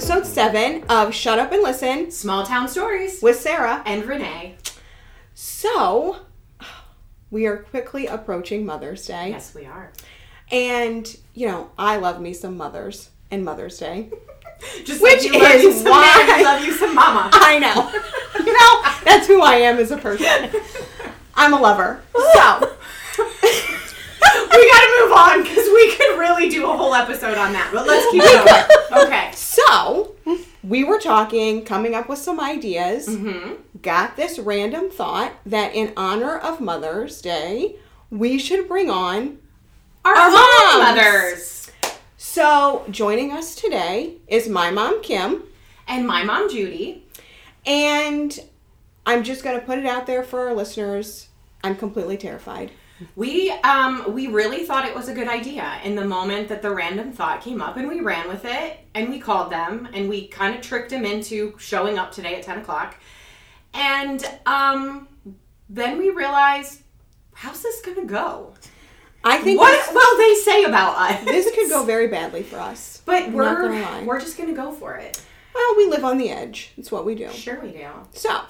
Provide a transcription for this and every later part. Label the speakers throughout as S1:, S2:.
S1: seven of Shut Up and Listen
S2: Small Town Stories
S1: with Sarah.
S2: and Renee.
S1: So, we are quickly approaching Mother's Day.
S2: Yes, we are.
S1: And, you know, I love me some mothers and Mother's Day.
S2: Just
S1: Which
S2: like you love you
S1: is
S2: some man,
S1: why-
S2: you love you some mama.
S1: I know. you know, that's who I am as a person. I'm a lover. So,
S2: we gotta move on because we could really do a whole episode on that. But let's keep going. Okay.
S1: so we were talking, coming up with some ideas. Got this random thought that in honor of Mother's Day, we should bring on.
S2: Our,
S1: Our
S2: own
S1: moms.
S2: mothers
S1: So, joining us today is my mom, Kim,
S2: and my mom Judy.
S1: and I'm just going to put it out there for our listeners. I'm completely terrified.
S2: We um we really thought it was a good idea in the moment that the random thought came up, and we ran with it, and we called them, and we kind of tricked them into showing up today at ten o'clock, and um then we realized how's this gonna go?
S1: I think
S2: What will they say about us?
S1: this, this could go very badly for us.
S2: but
S1: not
S2: we're
S1: gonna lie.
S2: we're just gonna go for it.
S1: Well, we live on the edge. It's what we do.
S2: Sure we do.
S1: So,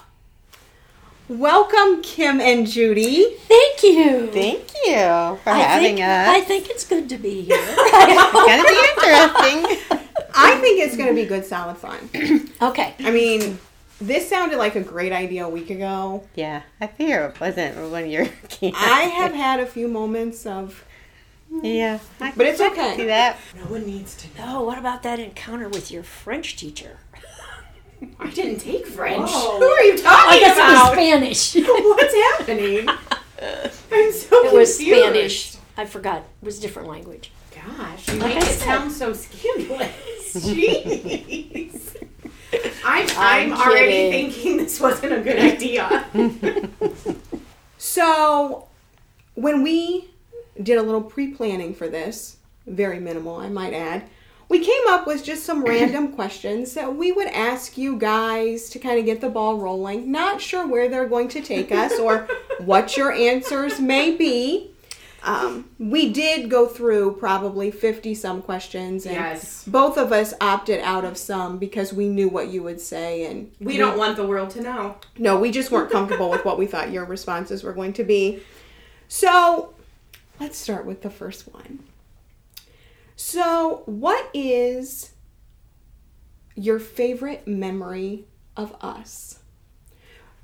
S1: welcome, Kim and Judy.
S3: Thank you.
S4: Thank you for
S3: I
S4: having
S3: think, I
S4: us.
S3: think it's good to be here.
S4: It's gonna be interesting.
S1: I think it's going to be good, solid fun.
S3: okay.
S1: I mean, this sounded like a great idea a week ago.
S4: yeah, I fear it wasn't when you're.
S1: I have had a few moments of,
S4: Yeah, I
S1: but it's
S4: can see
S1: okay.
S4: that.
S2: No one needs to know.
S3: Oh, what about that encounter with your French teacher?
S2: I didn't take French.
S1: Who are you
S3: I
S1: talking
S3: guess it
S1: about?
S3: was Spanish.
S2: What's
S3: it
S2: happening? I'm so
S3: was
S2: confused.
S3: Spanish. I forgot. It was a different language.
S2: Gosh, you
S3: Like
S2: make
S3: I
S2: it
S3: said.
S2: sound so scandalous. Jeez. I'm, I'm,
S3: I'm
S2: already
S3: kidding.
S2: thinking this wasn't a good idea.
S1: So, when we did a little pre planning for this, very minimal, I might add, we came up with just some random questions that we would ask you guys to kind of get the ball rolling. Not sure where they're going to take us or what your answers may be. Um, we did go through probably 50 some questions, and
S2: Yes.
S1: both of us opted out of some because we knew what you would say, and
S2: We don't want the world to know.
S1: no, we just weren't comfortable with what we thought your responses were going to be. So let's start with the first one. So, what is your favorite memory of us?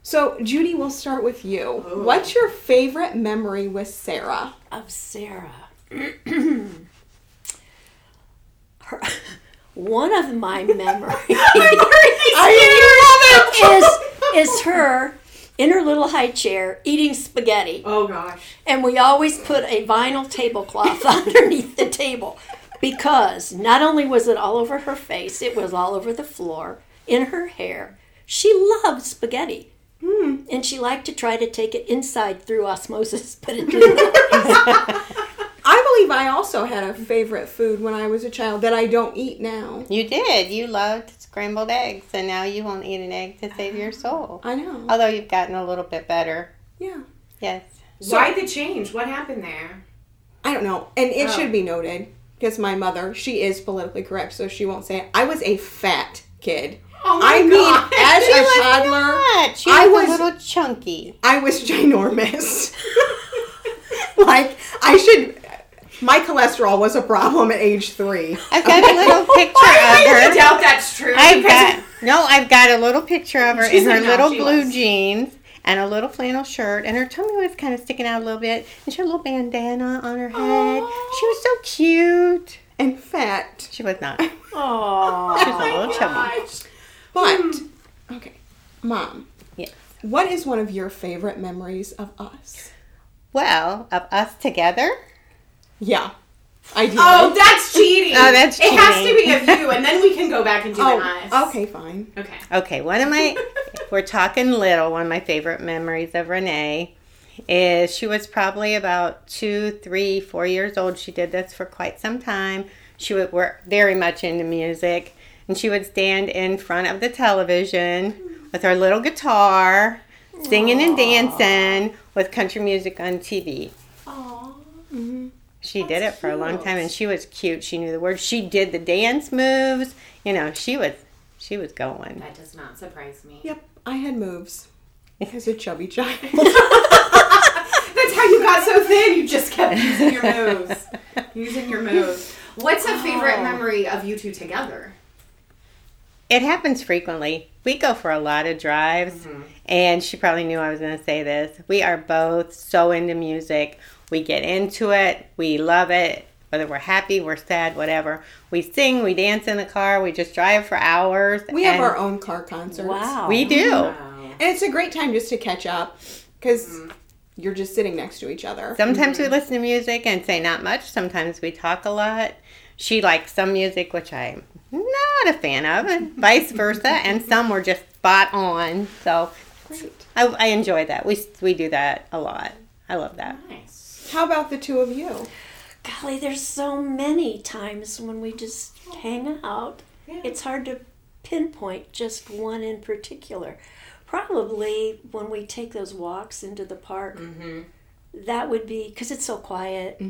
S1: So, Judy, we'll start with you. What's your favorite memory with Sarah?
S3: Of Sarah. Her, one of my memories.
S1: I love
S3: is is her in her little high chair eating spaghetti.
S2: Oh gosh.
S3: And we always put a vinyl tablecloth underneath the table because not only was it all over her face, it was all over the floor, in her hair. She loved spaghetti. Hmm. And she liked to try to take it inside through osmosis, but it didn't.
S1: I believe I also had a favorite food when I was a child that I don't eat now.
S4: You did. You loved scrambled eggs, and now you won't eat an egg to save your soul.
S1: I know.
S4: Although you've gotten a little bit better.
S1: Yeah.
S4: Yes.
S2: Why the change? What happened there?
S1: I don't know. And it
S2: Oh.
S1: should be noted because my mother, she is politically correct, so she won't say it. I was a fat kid.
S2: Oh my
S1: I
S2: god.
S1: mean, as
S4: She
S1: a
S4: was
S1: toddler,
S4: not. She
S1: I
S4: was,
S1: was-
S4: a little chunky.
S1: I was ginormous. like, I should. My cholesterol was a problem at age three.
S4: I've got a little picture
S2: I
S4: of her.
S2: doubt that's true.
S4: I've
S2: because-
S4: got no. I've got a little picture of her
S2: She's
S4: in her
S2: like, no,
S4: little
S2: she
S4: blue
S2: was.
S4: jeans and a little flannel shirt, and her tummy was kind of sticking out a little bit, and she had a little bandana on her head. She was so cute.
S1: And fat.
S4: She was not. She
S3: Aww.
S4: was a little chubby.
S2: Gosh.
S1: But, okay. Mom.
S4: Hmm. Yes.
S1: What is one of your favorite memories of us?
S4: Well, of us together.
S1: Yeah. I do.
S2: Oh, that's cheating.
S4: Oh, that's
S2: It has to
S4: cheating.
S2: be of you, and then we can go back and do the
S1: Oh,
S2: eyes.
S1: okay, fine.
S2: Okay.
S4: Okay, one of my, if we're talking little, one of my favorite memories of Renee is she was probably about two, three, four years old. She did this for quite some time. She would work very much into music, and she would stand in front of the television with her little guitar, singing and dancing with country music on TV.
S2: Aww.
S4: She did it for a long time, and she was cute. She knew the words. She did the dance moves. You know, she was She was going.
S2: That does not surprise me.
S1: Yep, I had moves. As a chubby child.
S2: That's how you got so thin. You just kept using your moves. using your moves. What's a favorite memory of you two together?
S4: It happens frequently. We go for a lot of drives,
S1: Mm-hmm.
S4: and she probably knew I was going to say this. We are both so into music. We get into it, we love it, whether we're happy, we're sad, whatever. We sing, we dance in the car, we just drive for hours.
S1: We have
S4: and
S1: our own car concerts.
S3: Wow.
S4: We do.
S2: Wow.
S1: And it's a great time just to catch up because
S4: Mm-hmm.
S1: you're just sitting next to each other.
S4: Sometimes we listen to music and say not much. Sometimes we talk a lot. She likes some music, which I'm not a fan of, and vice versa. and some were just spot on. So
S1: Great.
S4: I, I enjoy that. We we do that a lot. I love that.
S2: Nice.
S1: How about the two of you?
S3: Golly, there's so many times when we just hang out. It's hard to pinpoint just one in particular. Probably when we take those walks into the park,
S2: Mm-hmm.
S3: that would be because it's so quiet.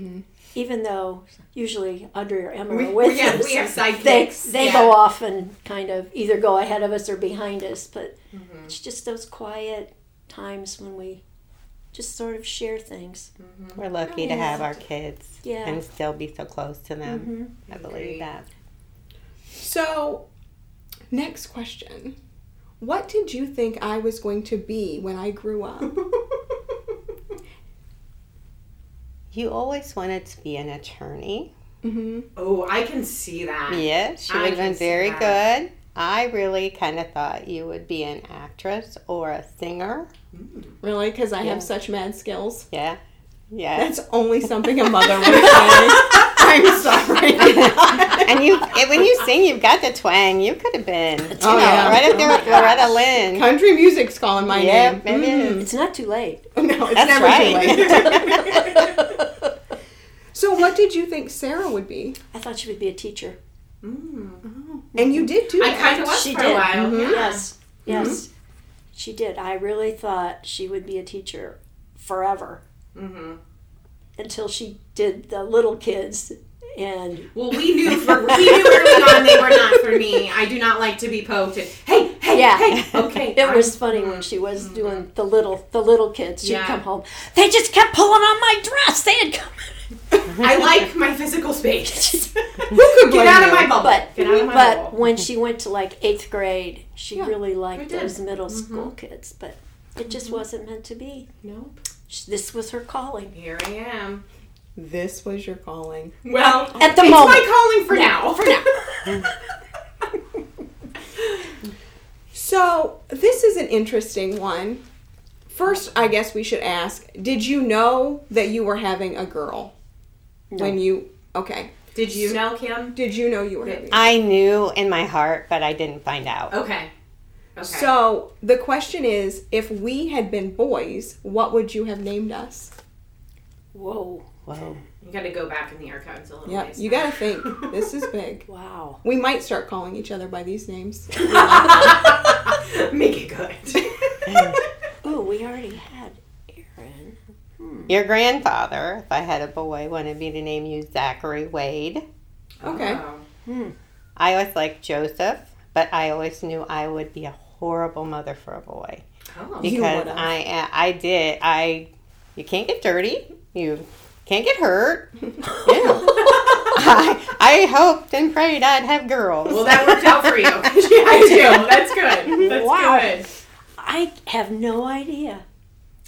S3: Even though usually Audrey or Emma are with
S2: yeah,
S3: us,
S2: Mm-hmm. we have sidekicks.
S3: they they
S2: yeah.
S3: go off and kind of either go ahead of us or behind us. But
S2: Mm-hmm.
S3: it's just those quiet times when we just sort of share things.
S2: Mm-hmm.
S4: We're lucky to have our kids
S3: Yeah.
S4: and still be so close to them. I
S2: Agreed.
S4: believe that.
S1: So, next question. What did you think I was going to be when I grew up?
S4: You always wanted to be an attorney.
S1: hmm
S2: oh, I can see that.
S4: Yes, she
S2: I
S4: would have
S2: can
S4: been
S2: see
S4: very
S2: that.
S4: good. I really kind of thought you would be an actress or a singer.
S1: Really? Because I
S4: Yeah.
S1: have such mad skills.
S4: Yeah. Yeah.
S1: That's only something a mother would say. I'm sorry.
S4: and you and when you sing you've got the twang. You could have been
S1: Oh,
S4: you know,
S1: yeah.
S4: right up there with Loretta Lynn.
S1: Country music's calling my
S4: Yeah,
S1: name.
S4: it is.
S3: It's not too late.
S1: No, it's
S4: That's
S1: never
S4: right.
S1: too late. So, what did you think Sarah would be?
S3: I thought she would be a teacher.
S2: Mm.
S1: And you did do
S2: I
S1: that.
S2: kind of was
S3: She
S2: for a
S3: did. Mm-hmm.
S2: while.
S1: Mhm.
S2: Yeah.
S3: Yes, yes, she did. I really thought she would be a teacher forever
S2: hmm
S3: until she did the little kids, and
S2: Well, we knew for, we knew early on they were not for me. I do not like to be poked. And, hey, hey,
S3: Yeah.
S2: hey. Okay.
S3: it
S2: I'm-
S3: was funny when she was doing the little the little kids. She'd
S2: Mm-hmm. Yeah.
S3: come home. They just kept pulling on my dress. They had come,
S2: I like my physical
S1: could
S2: space. Get
S1: blame
S2: out of
S1: you?
S2: my bubble.
S3: but
S2: Get out of my
S3: but
S2: bubble.
S3: when she went to like eighth grade, she
S1: Yeah,
S3: really
S2: we did.
S3: liked
S2: Mm-hmm.
S3: those middle school kids, but it just wasn't meant to be.
S2: Nope.
S3: She- This was her calling.
S2: Here I am.
S1: This was your calling.
S2: Well,
S3: At the
S2: it's
S3: moment.
S2: my calling for now. For now.
S1: So, this is an interesting one. First, I guess we should ask Did you know that you were having a girl? When you. Okay.
S2: Did you know, Kim?
S1: Did you know you were
S2: Did-
S1: having
S4: I knew in my heart, but I didn't find
S1: Oh.
S4: out.
S2: Okay. Okay.
S1: So, the question is if we had been boys, what would you have named us?
S3: Whoa!
S4: Whoa.
S2: you got to go back in the archives a little
S1: Yep.
S2: ways
S1: You
S2: now.
S1: got to think. This is big.
S3: Wow!
S1: We might start calling each other by these names.
S2: Make it good.
S3: Oh, we already had Aaron.
S4: Your grandfather, if I had a boy, wanted me to name you Zachary Wade.
S1: Okay.
S2: Oh.
S4: I always liked Joseph, but I always knew I would be a horrible mother for a boy
S2: Oh.
S1: You
S4: because
S1: would've.
S4: I I did I you can't get dirty you can't get hurt. Yeah. I, I hoped and prayed I'd have girls.
S2: Well, that worked out for you. yeah, I do. That's good. That's
S3: Wow.
S2: good.
S3: I have no idea.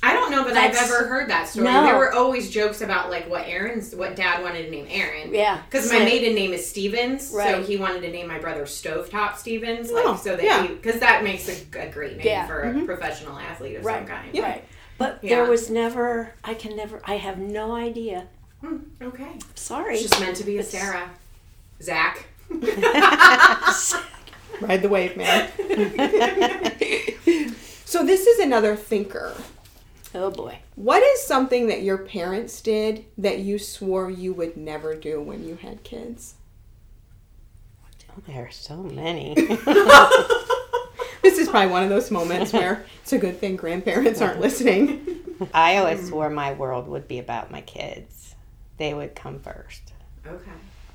S2: I don't know that I've
S3: That's-
S2: ever heard that story.
S3: No.
S2: There were always jokes about like what Aaron's, what Dad wanted to name Aaron.
S3: Yeah.
S2: Because my
S3: Same.
S2: maiden name is Stevens, so
S3: Right.
S2: he wanted to name my brother Stovetop Stevens, like
S1: Oh,
S2: so that
S1: yeah.
S2: he, because that makes a, a great name
S3: Yeah. Mm-hmm.
S2: for a professional athlete of some
S3: Right.
S2: kind.
S1: Yeah.
S3: Right. But
S2: Yeah.
S3: there was never, I can never, I have no idea.
S2: Hmm, okay,
S3: Sorry.
S2: it's just meant to be a
S3: It's-
S2: Sarah, Zach.
S1: Ride the wave, man. so, this is another thinker.
S3: oh boy.
S1: What is something that your parents did that you swore you would never do when you had kids?
S4: There are so many.
S1: This is probably one of those moments where it's a good thing grandparents aren't listening.
S4: I always swore my world would be about my kids. They would come first.
S2: Okay.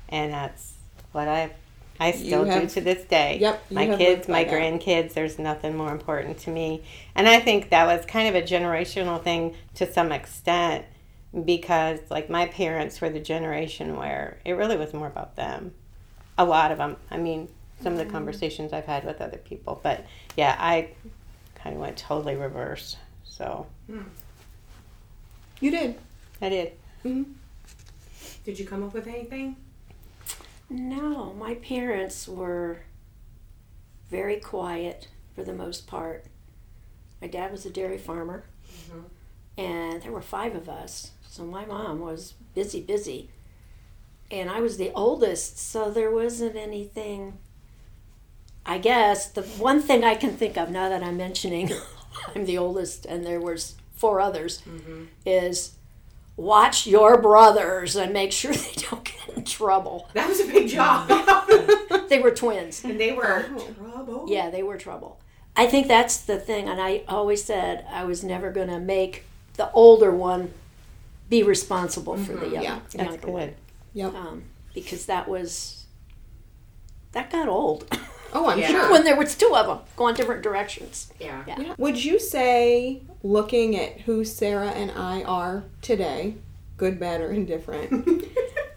S4: And that's what I've I still do
S1: have-
S4: to this day.
S1: Yep, you
S4: My
S1: have lived
S4: kids,
S1: by
S4: my
S1: that.
S4: grandkids, there's nothing more important to me. And I think that was kind of a generational thing to some extent because, like, my parents were the generation where it really was more about them. A lot of them. I mean, some
S1: Mm-hmm.
S4: of the conversations I've had with other people. But yeah, I kind of went totally reverse. So
S1: You did.
S4: I did.
S2: Did you come up with anything?
S3: No, my parents were very quiet for the most part. My dad was a dairy farmer, and there were five of us, so my mom was busy, busy. And I was the oldest, so there wasn't anything. I guess the one thing I can think of now that I'm mentioning I'm the oldest, and there was four others, is watch your brothers and make sure they don't get in trouble
S2: That was a big job.
S3: they were twins.
S2: and they were trouble.
S3: Oh. Yeah, they were trouble. I think that's the thing, and I always said I was never going to make the older one be responsible for the young,
S1: Yeah,
S4: That's
S3: younger one
S4: good.
S3: um, because that was that got old
S1: Oh, I'm
S2: Yeah.
S1: sure.
S3: when there was two of them going different directions.
S2: Yeah.
S3: Yeah.
S1: Would you say, looking at who Sarah and I are today, good, bad, or indifferent,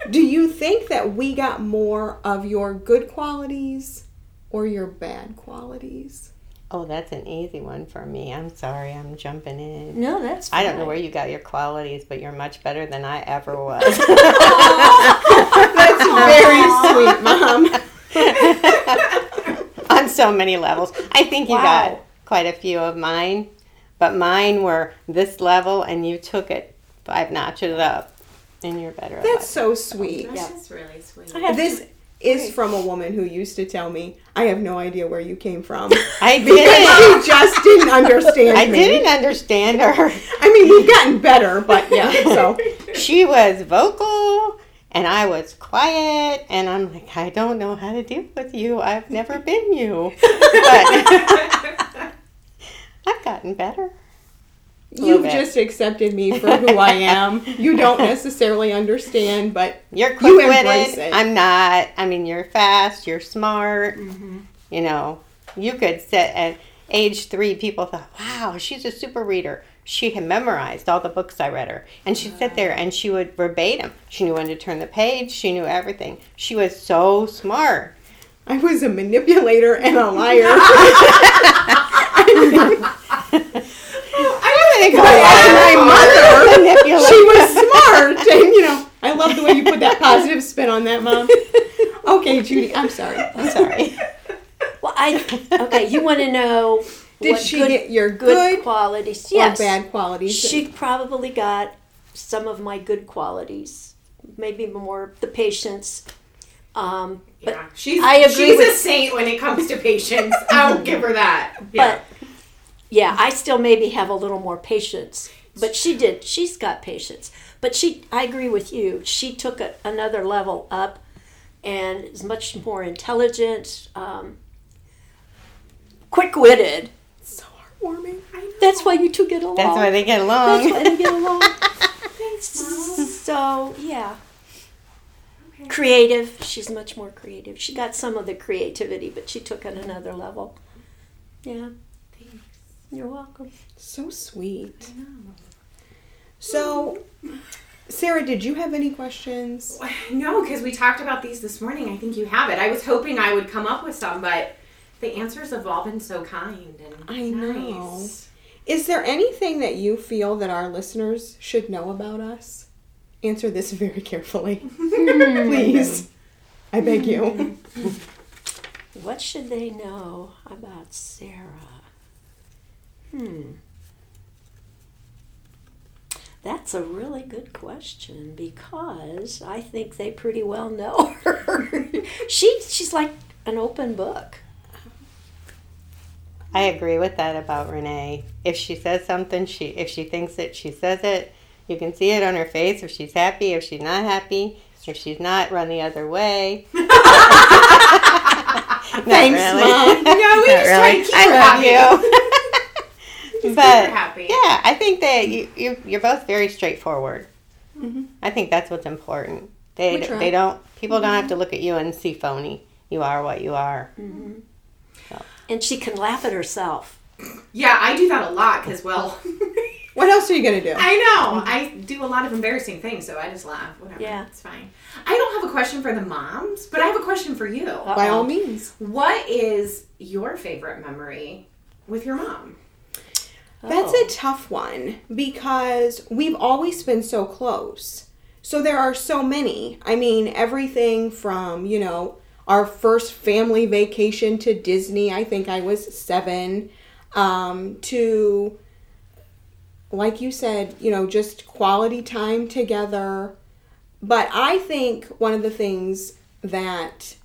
S1: do you think that we got more of your good qualities or your bad qualities?
S4: Oh, that's an easy one for me. I'm sorry, I'm jumping in.
S3: No, that's
S4: I don't
S3: fine.
S4: know where you got your qualities, but you're much better than I ever was.
S1: That's very sweet, Mom.
S4: on so many levels. I think you
S3: Wow.
S4: got quite a few of mine, but mine were this level and you took it five notches up and you're better at
S1: That's
S4: it.
S1: so sweet.
S2: That's just really sweet.
S3: I have
S1: This is from a woman who used to tell me, I have no idea where you came from.
S4: I didn't.
S1: she just didn't understand
S4: I
S1: me.
S4: didn't understand her.
S1: I mean, we've gotten better, but yeah, so.
S4: She was vocal and I was quiet and I'm like, I don't know how to deal with you. I've never been you. But I've gotten better.
S1: You've
S4: bit.
S1: just accepted me for who I am. You don't necessarily understand, but
S4: You're
S1: You
S4: quick
S1: embrace
S4: witted.
S1: it.
S4: I'm not. I mean, you're fast. You're smart.
S1: Mm-hmm.
S4: You know, you could sit at age three. People thought, "Wow, she's a super reader." She had memorized all the books I read her, and she'd sit there and she would verbatim. She knew when to turn the page. She knew everything. She was so smart.
S1: I was a manipulator and a liar.
S4: I don't think
S1: I am my mother.
S4: manipulated.
S1: She was smart, and you know, I love the way you put that positive spin on that, Mom. Okay, Judy, I'm sorry.
S4: I'm sorry.
S3: Well, I okay. You want to know
S1: Did
S3: what
S1: she
S3: good,
S1: get your
S3: good,
S1: good,
S3: qualities?
S1: or
S3: Yes.
S1: bad qualities?
S3: She probably got some of my good qualities, maybe more the patience. Um, but
S2: yeah. She's
S3: I agree
S2: she's a
S3: with-
S2: saint when it comes to patience. I'll give her that.
S3: but yeah, I still maybe have a little more patience. But she did. She's got patience. But she, I agree with you. She took it another level up, and is much more intelligent, um, quick-witted.
S1: so heartwarming.
S3: That's why you two get along.
S4: That's why they get along.
S3: That's why they get along. so yeah. Creative. She's much more creative. She got some of the creativity, but she took it another level. Yeah. You're welcome.
S1: So sweet. So, Sarah, did you have any questions?
S2: No, because we talked about these this morning. I think you have it. I was hoping I would come up with some, but the answers have all been so kind and
S1: I know.
S2: nice.
S1: Is there anything that you feel that our listeners should know about us? Answer this very carefully. Please. I beg you.
S3: What should they know about Sarah? Hmm. That's a really good question because I think they pretty well know her. she she's like an open book.
S4: I agree with that about Renee. If she says something, she if she thinks it, she says it. You can see it on her face if she's happy, if she's not happy, if she's not, run the other way. Not
S1: Thanks,
S4: really.
S1: Mom.
S2: No, we
S4: Not
S2: just try to
S4: really.
S2: keep
S4: I
S2: her happy.
S4: love you.
S2: Keep her
S4: but
S2: happy.
S4: yeah, I think that you, you you're both very straightforward.
S2: Mm-hmm.
S4: I think that's what's important. They
S1: We try.
S2: Mm-hmm.
S4: they don't people don't have to look at you and see phony. You are what you are.
S3: And she can laugh at herself.
S2: Yeah, I do that a lot because, well,
S1: What else are you gonna do?
S2: I know. I do a lot of embarrassing things, so I just laugh. Whatever.
S3: Yeah.
S2: It's fine. I don't have a question for the moms, but I have a question for you.
S1: By all
S3: Uh-oh.
S1: means.
S2: What is your favorite memory with your mom?
S1: That's
S3: Oh.
S1: a tough one because we've always been so close. So there are so many. I mean, everything from, you know, our first family vacation to Disney, I think I was seven, um, to, like you said, you know, just quality time together. But I think one of the things that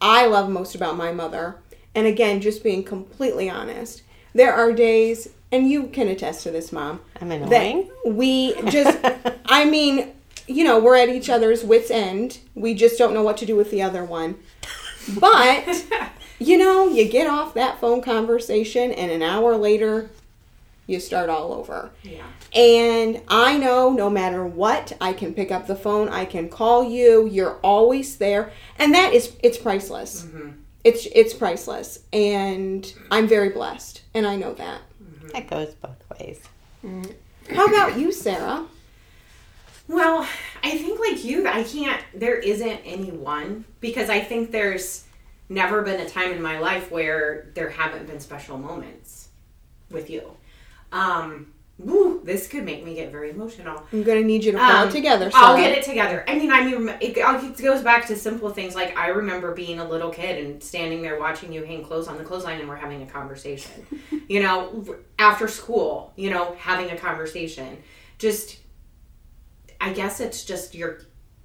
S1: I love most about my mother, and again, just being completely honest, there are days, and you can attest to this, Mom,
S4: I'm
S1: that
S4: annoying.
S1: we just, I mean, you know, we're at each other's wits' end. We just don't know what to do with the other one. But, you know, you get off that phone conversation, and an hour later, you start all over.
S2: Yeah.
S1: And I know no matter what, I can pick up the phone, I can call you, you're always there. And that is it's priceless.
S2: Mm-hmm.
S1: It's it's priceless. And I'm very blessed and I know that.
S4: That goes both ways.
S1: How about you, Sarah?
S2: Well, I think like you, I can't. There isn't any one because I think there's never been a time in my life where there haven't been special moments with you. Um, woo, this could make me get very emotional.
S1: I'm going to need you to pull
S2: Um,
S1: it together, Sarah.
S2: I'll get it together. I mean, I mean, it, it goes back to simple things like I remember being a little kid and standing there watching you hang clothes on the clothesline, and we're having a conversation. you know, after school, you know, having a conversation. Just, I guess it's just your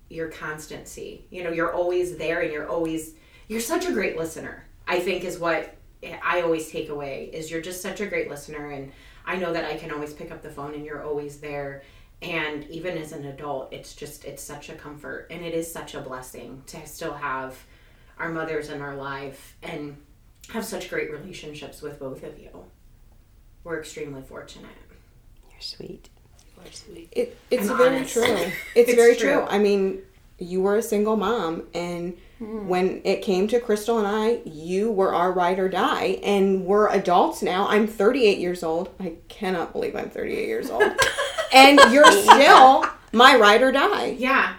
S2: your constancy. You know, you're always there, and you're always you're such a great listener. I think is what I always take away is you're just such a great listener, and I know that I can always pick up the phone, and you're always there and even as an adult it's just it's such a comfort and it is such a blessing to still have our mothers in our life and have such great relationships with both of you we're extremely fortunate
S4: You're sweet.
S1: It- it's
S2: I'm
S1: very
S2: honest.
S1: true. It's, very true.
S2: true.
S1: I mean, you were a single mom, and when it came to Crystal and I, you were our ride or die, and we're adults now. I'm 38 years old. I cannot believe I'm 38 years old, and you're still my ride or die.
S2: yeah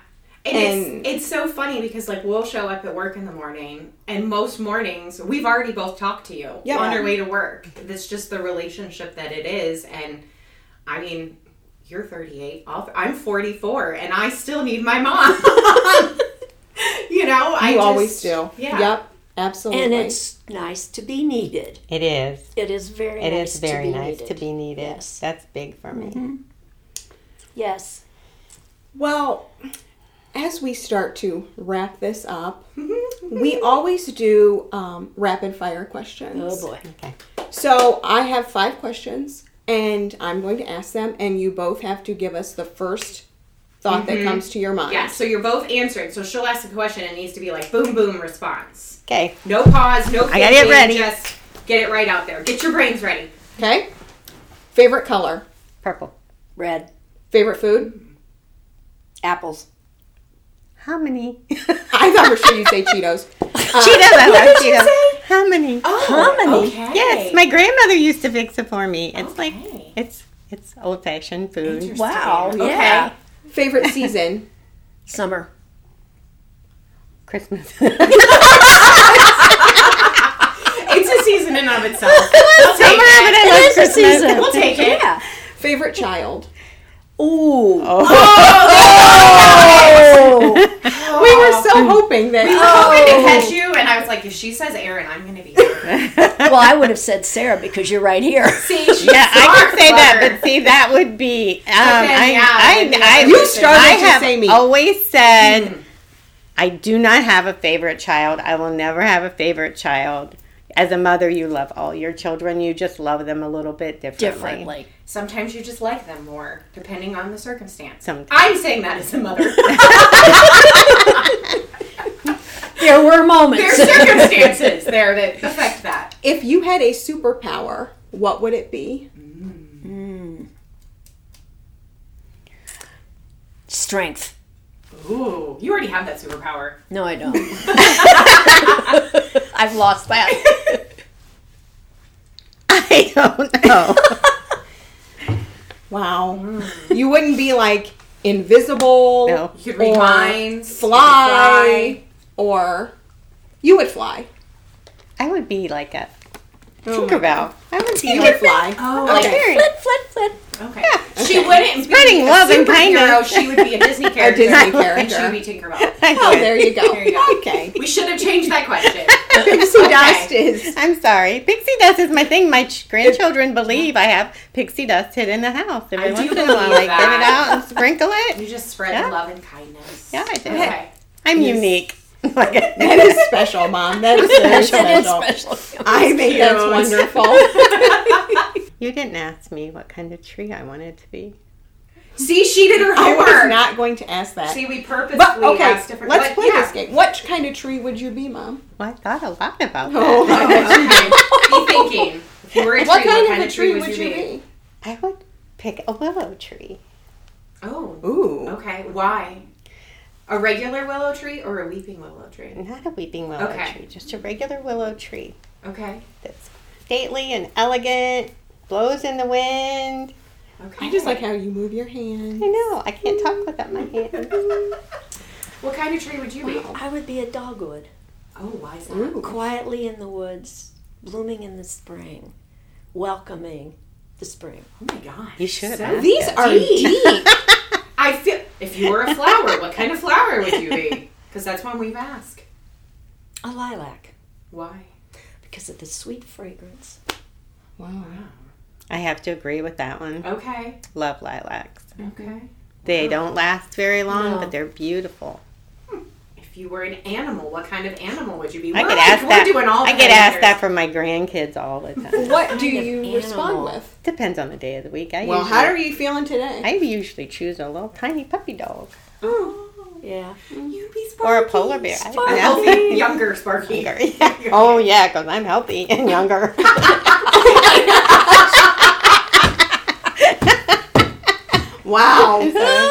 S2: and,
S1: And-
S2: it's it's so funny because like we'll show up at work in the morning and most mornings we've already both talked to you
S1: Yeah.
S2: on our way to work that's just the relationship that it is and i mean you're 38 I'll, i'm 44 and i still need my mom you know i
S1: You
S2: just-
S1: always do.
S2: yeah
S1: Yep. Absolutely.
S3: And it's nice to be needed.
S4: It is.
S3: It is very
S4: It is
S3: nice
S4: very
S3: to be
S4: nice
S3: needed.
S4: to be needed.
S3: Yes. Mm-hmm.
S4: That's big for me.
S3: Yes.
S1: Well, as we start to wrap this up, we always do um, rapid fire questions.
S3: Oh boy.
S4: Okay.
S1: So I have five questions, and I'm going to ask them, and you both have to give us the first thought that comes to your mind.
S2: Mm-hmm. yeah so you're both answering so she'll ask a question and it needs to be like boom boom response
S4: Okay.
S2: no pause no
S4: I gotta get
S2: thinking,
S4: ready.
S2: just get it right out there get your brains ready
S1: Okay. Favorite color.
S4: Purple.
S3: Red
S1: Favorite food.
S3: apples.
S4: How many?
S1: I thought for sure you'd say Cheetos.
S4: Cheetos. I love Cheetos. How many?
S3: Oh,
S2: Harmony. Okay.
S4: Yes, my grandmother used to fix it for me. It's
S2: Okay.
S4: like it's it's old fashioned food.
S3: Wow,
S2: Okay.
S3: yeah.
S1: Favorite season.
S3: Summer.
S4: Christmas.
S2: It's a season in and of itself. We'll take
S4: Summer, but
S2: it.
S4: I love Christmas.
S3: season.
S2: We'll take it.
S3: Yeah.
S1: Favorite child.
S3: Ooh.
S4: Oh.
S3: Oh,
S2: Oh.
S1: We were so hoping that.
S3: oh,
S2: hoping to catch you, and I was like, if she says Aaron, I'm gonna be. There.
S3: Well, I would have said Sarah because you're right here.
S2: See, she's
S4: yeah, I
S2: smart,
S4: could say that,
S2: clever.
S4: but see, that would be. Um,
S2: then,
S4: I,
S2: yeah,
S4: I,
S2: then
S4: I,
S2: you
S1: You started
S4: I
S1: to
S4: have
S1: say me.
S4: always said I do not have a favorite child. I will never have a favorite child. As a mother, you love all your children. You just love them a little bit differently.
S3: Differently.
S2: Sometimes you just like them more, depending on the circumstance.
S4: Sometimes.
S2: I'm saying that as a mother.
S3: There were
S2: There's
S3: moments.
S2: circumstances there that affect that.
S1: If you had a superpower, what would it be?
S3: Strength.
S2: Ooh, you already have that superpower.
S3: No, I don't. I've lost that.
S4: I don't know.
S1: Wow. You wouldn't be like invisible,
S4: No.
S2: Mm. You could read
S1: Or
S2: minds.
S1: fly, or you would fly.
S4: I would be like a
S1: Oh my
S4: Tinkerbell. I would be
S1: You
S4: like
S1: would fly.
S2: Oh,
S4: a
S2: like
S1: Okay.
S4: fairy.
S3: flip, flip, flip.
S2: Okay.
S4: Yeah.
S2: She wouldn't be
S4: Spreading
S2: a
S4: love and
S2: superhero.
S4: kindness.
S2: She would be a Disney character.
S1: Disney
S2: And she
S1: character.
S2: would be Tinkerbell.
S1: Oh, there you go.
S2: There you go.
S1: Okay.
S2: We should have changed that question.
S1: Pixie
S2: Okay.
S1: dust is.
S4: I'm sorry. Pixie dust is my thing. My ch- grandchildren believe I have pixie dust hid in the house. Every
S2: I
S4: once
S2: do
S4: in a while,
S2: believe
S4: I get it
S2: that.
S4: out and sprinkle it.
S2: You just spread
S4: Yeah.
S2: love and kindness.
S4: Yeah, I do.
S2: Okay.
S4: I'm unique. Like a-
S1: That is special, Mom. That is
S4: That
S1: very
S4: is
S1: special. I think that's
S2: Cute.
S1: wonderful.
S4: you didn't ask me what kind of tree I wanted to be.
S2: See, she did her
S1: I was
S2: homework.
S1: not going to ask that.
S2: See, we purposely
S1: But okay,
S2: asked different.
S1: let's
S2: but
S1: play
S2: yeah.
S1: this game. What kind of tree would you be, Mom?
S4: Well, I thought a lot about that.
S1: Oh,
S2: Oh, okay. Be thinking. If you were a tree,
S1: What kind of a
S2: of
S1: tree would you
S2: be?
S1: be?
S4: I would pick a willow tree.
S2: Oh,
S1: Ooh.
S2: okay. Why? A regular willow tree or a weeping willow tree?
S4: Not a weeping willow
S2: Okay.
S4: tree, just a regular willow tree
S2: Okay.
S4: that's stately and elegant, blows in the wind.
S2: Okay.
S1: I just like how you move your hand.
S4: I know, I can't talk without my hands.
S2: What kind of tree would you be?
S3: I would be a dogwood,
S2: Oh, why is that?
S1: Ooh.
S3: quietly in the woods, blooming in the spring, welcoming the spring.
S2: Oh my gosh.
S4: You should
S2: So
S4: have
S1: These are deep.
S2: I feel if you were a flower, what kind of flower would you be? Because that's one we've asked.
S3: A lilac,
S2: Why?
S3: because of the sweet fragrance.
S1: wow.
S4: I have to agree with that one.
S2: Okay.
S4: Love lilacs.
S2: Okay.
S1: Mm-hmm.
S4: They don't last very long,
S3: No.
S4: but they're beautiful.
S2: If you were an animal, what kind of animal would you be?
S4: I
S2: We're
S4: get
S2: like-
S4: asked
S2: we're
S4: that.
S2: doing all
S4: I
S2: the
S4: get asked that
S2: answers.
S4: from my grandkids all the time.
S1: What do
S3: kind of
S1: you respond
S3: animal?
S1: with?
S4: Depends on the day of the week. I
S1: Well,
S4: usually,
S1: how are you feeling today?
S4: I usually choose a little tiny puppy dog
S2: Oh,
S3: Yeah.
S2: you'd be
S4: or
S2: sparky.
S4: a polar bear. I-
S2: A
S3: Sparky.
S2: healthy, younger Sparky.
S4: Younger, yeah. Oh yeah, because I'm healthy and younger.
S1: Wow.
S4: I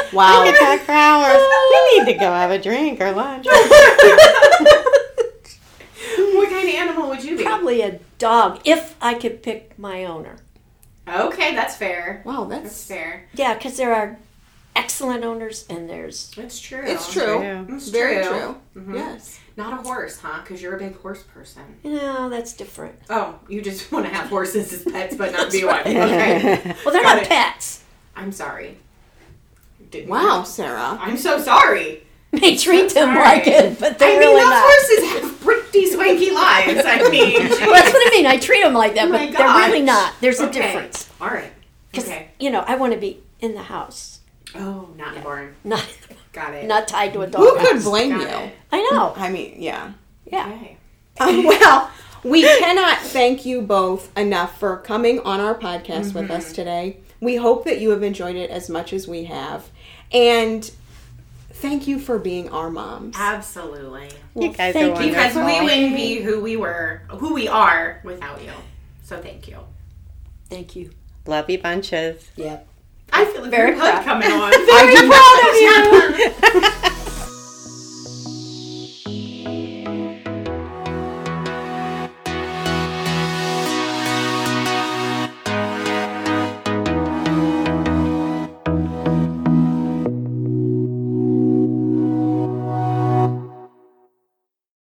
S4: could
S1: wow.
S4: talk for hours. We need to go have a drink or lunch.
S2: What kind of animal would you be?
S3: Probably a dog, if I could pick my owner.
S2: Okay, that's fair.
S1: Wow,
S2: That's
S1: that's
S2: fair.
S3: Yeah, because there are excellent owners and there's.
S2: That's true.
S1: it's true.
S4: Yeah.
S2: It's
S1: Very
S2: true.
S1: true. Mm-hmm.
S2: Mhm.
S1: Yes.
S2: Not a horse, huh? Because you're a big horse person.
S3: No, that's different.
S2: Oh, you just want to have horses as pets, but not be one.
S3: That's
S2: Okay.
S3: Well, they're
S2: Got
S3: not
S2: it.
S3: pets.
S2: I'm sorry. Didn't-
S1: Wow, Sarah.
S2: I'm so sorry.
S3: They treat them
S2: Sorry.
S3: like it, but
S2: I
S3: they're
S2: mean,
S3: really
S2: those
S3: not.
S2: horses have pretty swanky lives. I mean,
S3: Well, that's what I mean. I treat them like that,
S2: Oh my
S3: but they're really
S2: gosh.
S3: not. There's a
S2: Okay.
S3: difference.
S2: all right.
S3: 'Cause,
S2: Okay.
S3: you know, I want to be in the house,
S2: Oh, not born.
S3: not
S2: Got it.
S3: not tied to a dog.
S1: Who could
S3: house.
S1: blame
S2: Got
S1: you?
S2: it.
S3: I know.
S1: I mean, yeah.
S3: Yeah.
S2: Okay.
S1: Um, well, we cannot thank you both enough for coming on our podcast with us today. We hope that you have enjoyed it as much as we have. And thank you for being our moms.
S2: Absolutely.
S4: You guys
S3: thank
S4: are
S3: you.
S2: Because we
S4: Wonderful.
S2: wouldn't be who we were, who we are without you. So thank you.
S3: Thank you.
S4: Love you bunches.
S3: Yep.
S2: I feel a
S3: Very
S2: very hug
S3: proud.
S2: coming on.
S1: I do not-